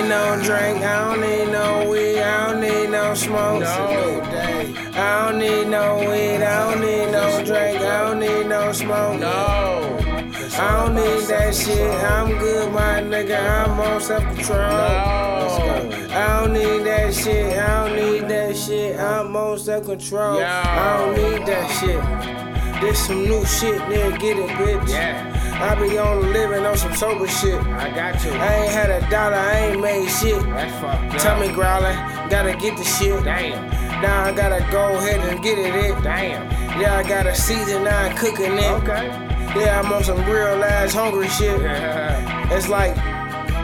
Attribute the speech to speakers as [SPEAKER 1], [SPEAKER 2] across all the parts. [SPEAKER 1] drink, I don't need no weed, I don't need no smoke.
[SPEAKER 2] No.
[SPEAKER 1] I don't need no weed, I don't need no drink, I don't need no smoke.
[SPEAKER 2] No.
[SPEAKER 1] I don't need that shit, I'm good, my nigga, I'm on self control.
[SPEAKER 2] No.
[SPEAKER 1] I don't need that shit, I don't need that shit, I'm on self control.
[SPEAKER 2] Yo.
[SPEAKER 1] I don't need that shit. This some new shit, nigga, get it, bitch.
[SPEAKER 2] Yeah,
[SPEAKER 1] I be on the living on some sober shit.
[SPEAKER 2] I got you.
[SPEAKER 1] I ain't had a dollar, I ain't made shit.
[SPEAKER 2] That's fucked up.
[SPEAKER 1] Tummy growling, gotta get the shit.
[SPEAKER 2] Damn.
[SPEAKER 1] Now I gotta go ahead and get it in.
[SPEAKER 2] Damn.
[SPEAKER 1] Yeah, I got a season, now I'm cooking it.
[SPEAKER 2] Okay.
[SPEAKER 1] Yeah, I'm on some real ass hungry shit.
[SPEAKER 2] huh?
[SPEAKER 1] It's like,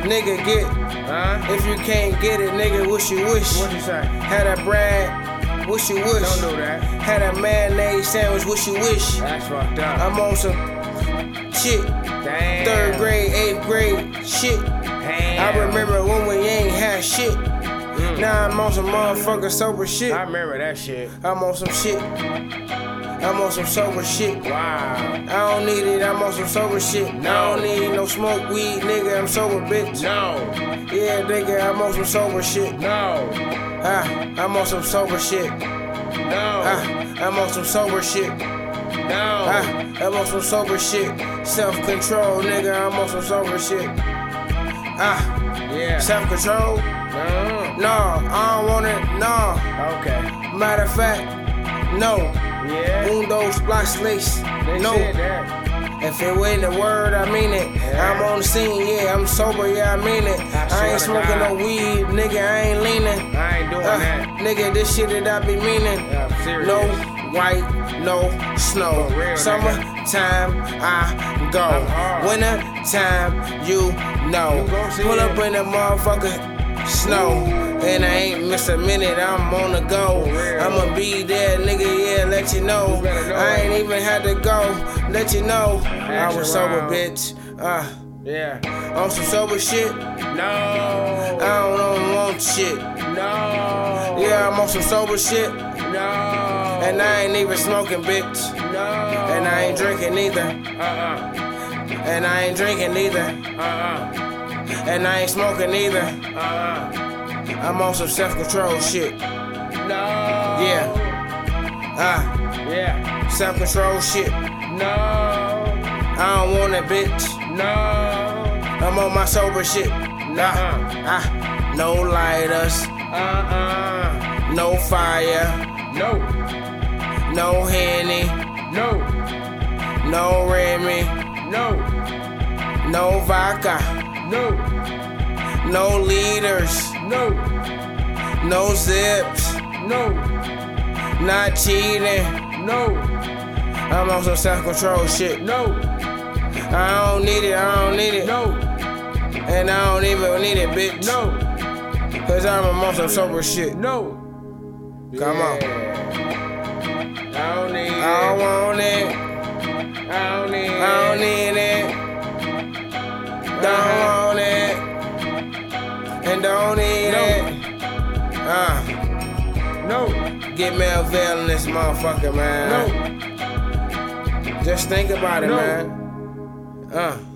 [SPEAKER 1] nigga, get. If you can't get it, nigga, what you wish?
[SPEAKER 2] What you say?
[SPEAKER 1] Had a bread, what you wish?
[SPEAKER 2] Don't do that.
[SPEAKER 1] Had a mayonnaise sandwich, what you wish?
[SPEAKER 2] That's fucked up.
[SPEAKER 1] I'm on some shit.
[SPEAKER 2] Damn.
[SPEAKER 1] Third grade, eighth grade, shit.
[SPEAKER 2] Damn.
[SPEAKER 1] I remember when we ain't had shit. Now I'm on some motherfucking sober shit.
[SPEAKER 2] I remember that shit.
[SPEAKER 1] I'm on some shit. I'm on some sober shit.
[SPEAKER 2] Wow.
[SPEAKER 1] I don't need it, I'm on some sober shit. I don't need no smoke weed, nigga, I'm sober, bitch.
[SPEAKER 2] No.
[SPEAKER 1] Yeah, nigga, I'm on some sober shit.
[SPEAKER 2] No.
[SPEAKER 1] Ah, I'm on some sober shit. Ah,
[SPEAKER 2] No.
[SPEAKER 1] I'm on some sober shit.
[SPEAKER 2] No.
[SPEAKER 1] Ah, I'm on some sober shit. Self control, nigga, I'm on some sober shit. Ah,
[SPEAKER 2] Yeah.
[SPEAKER 1] self control?
[SPEAKER 2] Mm.
[SPEAKER 1] No, I don't want it, no.
[SPEAKER 2] Okay.
[SPEAKER 1] Matter of fact, no.
[SPEAKER 2] Yeah.
[SPEAKER 1] Un, dos, blocks, lace.
[SPEAKER 2] They
[SPEAKER 1] Mm. No,
[SPEAKER 2] said that.
[SPEAKER 1] if it ain't the word, I mean it. I'm on the scene, yeah, I'm sober, yeah, I mean it.
[SPEAKER 2] I
[SPEAKER 1] I,
[SPEAKER 2] swear
[SPEAKER 1] ain't
[SPEAKER 2] to
[SPEAKER 1] smoking
[SPEAKER 2] God.
[SPEAKER 1] no weed, nigga, I ain't leaning.
[SPEAKER 2] I ain't doing
[SPEAKER 1] Uh,
[SPEAKER 2] that.
[SPEAKER 1] nigga, this shit that I be meaning.
[SPEAKER 2] Yeah, I'm serious.
[SPEAKER 1] No white, no snow.
[SPEAKER 2] For real,
[SPEAKER 1] Summertime, I go.
[SPEAKER 2] I'm hard.
[SPEAKER 1] Winter time, you know.
[SPEAKER 2] You gon' see
[SPEAKER 1] Pull
[SPEAKER 2] it.
[SPEAKER 1] up in the motherfucker snow. And I ain't miss a minute, I'm on the go.
[SPEAKER 2] For real.
[SPEAKER 1] I'ma be there, nigga, yeah, let you know.
[SPEAKER 2] You better know.
[SPEAKER 1] I ain't even had to go, let you know. I
[SPEAKER 2] Action
[SPEAKER 1] was sober,
[SPEAKER 2] round.
[SPEAKER 1] bitch. Uh,
[SPEAKER 2] Yeah.
[SPEAKER 1] on some sober shit,
[SPEAKER 2] No.
[SPEAKER 1] I don't know, want shit.
[SPEAKER 2] No.
[SPEAKER 1] Yeah, I'm on some sober shit,
[SPEAKER 2] No.
[SPEAKER 1] and I ain't even smoking, bitch.
[SPEAKER 2] No.
[SPEAKER 1] And I ain't drinking either.
[SPEAKER 2] Uh
[SPEAKER 1] And I ain't drinking either.
[SPEAKER 2] uh. Uh
[SPEAKER 1] And I ain't smoking either.
[SPEAKER 2] uh. Uh
[SPEAKER 1] I'm on some self control shit.
[SPEAKER 2] uh. No.
[SPEAKER 1] Yeah. Ah,
[SPEAKER 2] Yeah.
[SPEAKER 1] self control shit.
[SPEAKER 2] No.
[SPEAKER 1] I don't want it, bitch.
[SPEAKER 2] No.
[SPEAKER 1] I'm on my sober shit.
[SPEAKER 2] Nuh-uh.
[SPEAKER 1] Ah, no lighters,
[SPEAKER 2] Uh uh.
[SPEAKER 1] no fire,
[SPEAKER 2] No.
[SPEAKER 1] no henny,
[SPEAKER 2] No.
[SPEAKER 1] no Remy,
[SPEAKER 2] No.
[SPEAKER 1] no vodka,
[SPEAKER 2] No.
[SPEAKER 1] no leaders,
[SPEAKER 2] No.
[SPEAKER 1] no zips,
[SPEAKER 2] No.
[SPEAKER 1] not cheating.
[SPEAKER 2] No.
[SPEAKER 1] I'm on some self control shit.
[SPEAKER 2] No.
[SPEAKER 1] I don't need it, I don't need it.
[SPEAKER 2] No.
[SPEAKER 1] And I don't even need it, bitch.
[SPEAKER 2] No.
[SPEAKER 1] Cause I'm on some sober shit.
[SPEAKER 2] No.
[SPEAKER 1] Come on.
[SPEAKER 2] Yeah. I don't need
[SPEAKER 1] I don't
[SPEAKER 2] it.
[SPEAKER 1] want it,
[SPEAKER 2] I don't need
[SPEAKER 1] I don't
[SPEAKER 2] it.
[SPEAKER 1] need it. Don't want it. And don't need it. Uh,
[SPEAKER 2] No.
[SPEAKER 1] get me a veil in this motherfucker, man.
[SPEAKER 2] No.
[SPEAKER 1] Just think about it,
[SPEAKER 2] No.
[SPEAKER 1] man. Uh.